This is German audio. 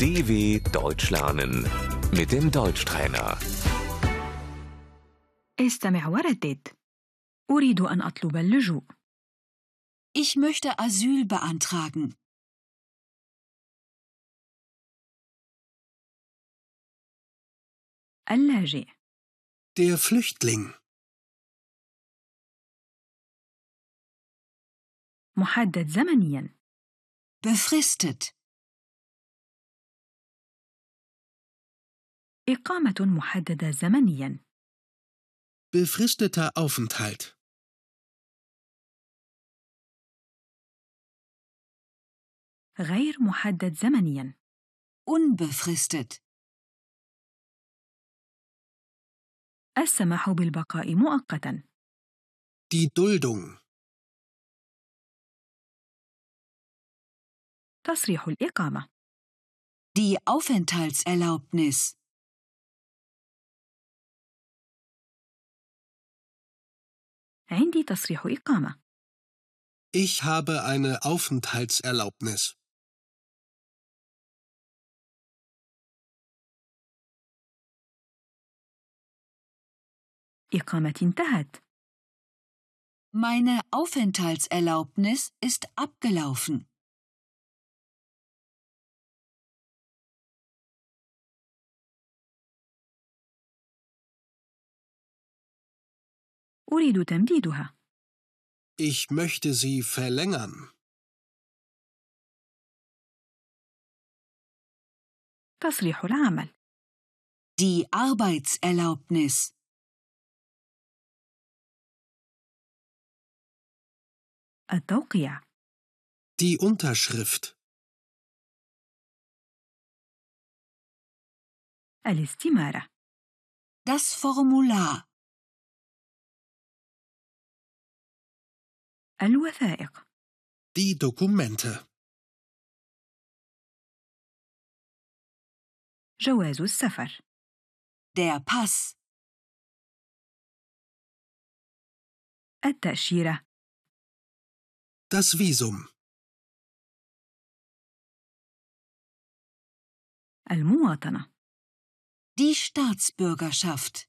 DW Deutsch lernen mit dem Deutschtrainer. استمع وردد أريد أن أطلب اللجوء Ich möchte Asyl beantragen. اللاجئ Der Flüchtling. محدد زمنيا Befristet. إقامة محددة زمنيا Befristeter Aufenthalt. غير محدد زمنيا Unbefristet. السماح بالبقاء مؤقتا Die Duldung. تصريح الإقامة Die Aufenthaltserlaubnis. عندي تصريح إقامة Ich habe eine Aufenthaltserlaubnis. إقامتي انتهت Meine Aufenthaltserlaubnis ist abgelaufen. أريد تمديدها Ich möchte sie verlängern. تصريح العمل Die Arbeitserlaubnis. التوقيع Die Unterschrift. الاستمارة Das Formular. الوثائق Die Dokumente. جواز السفر Der Pass. التأشيرة Das Visum. المواطنة Die Staatsbürgerschaft.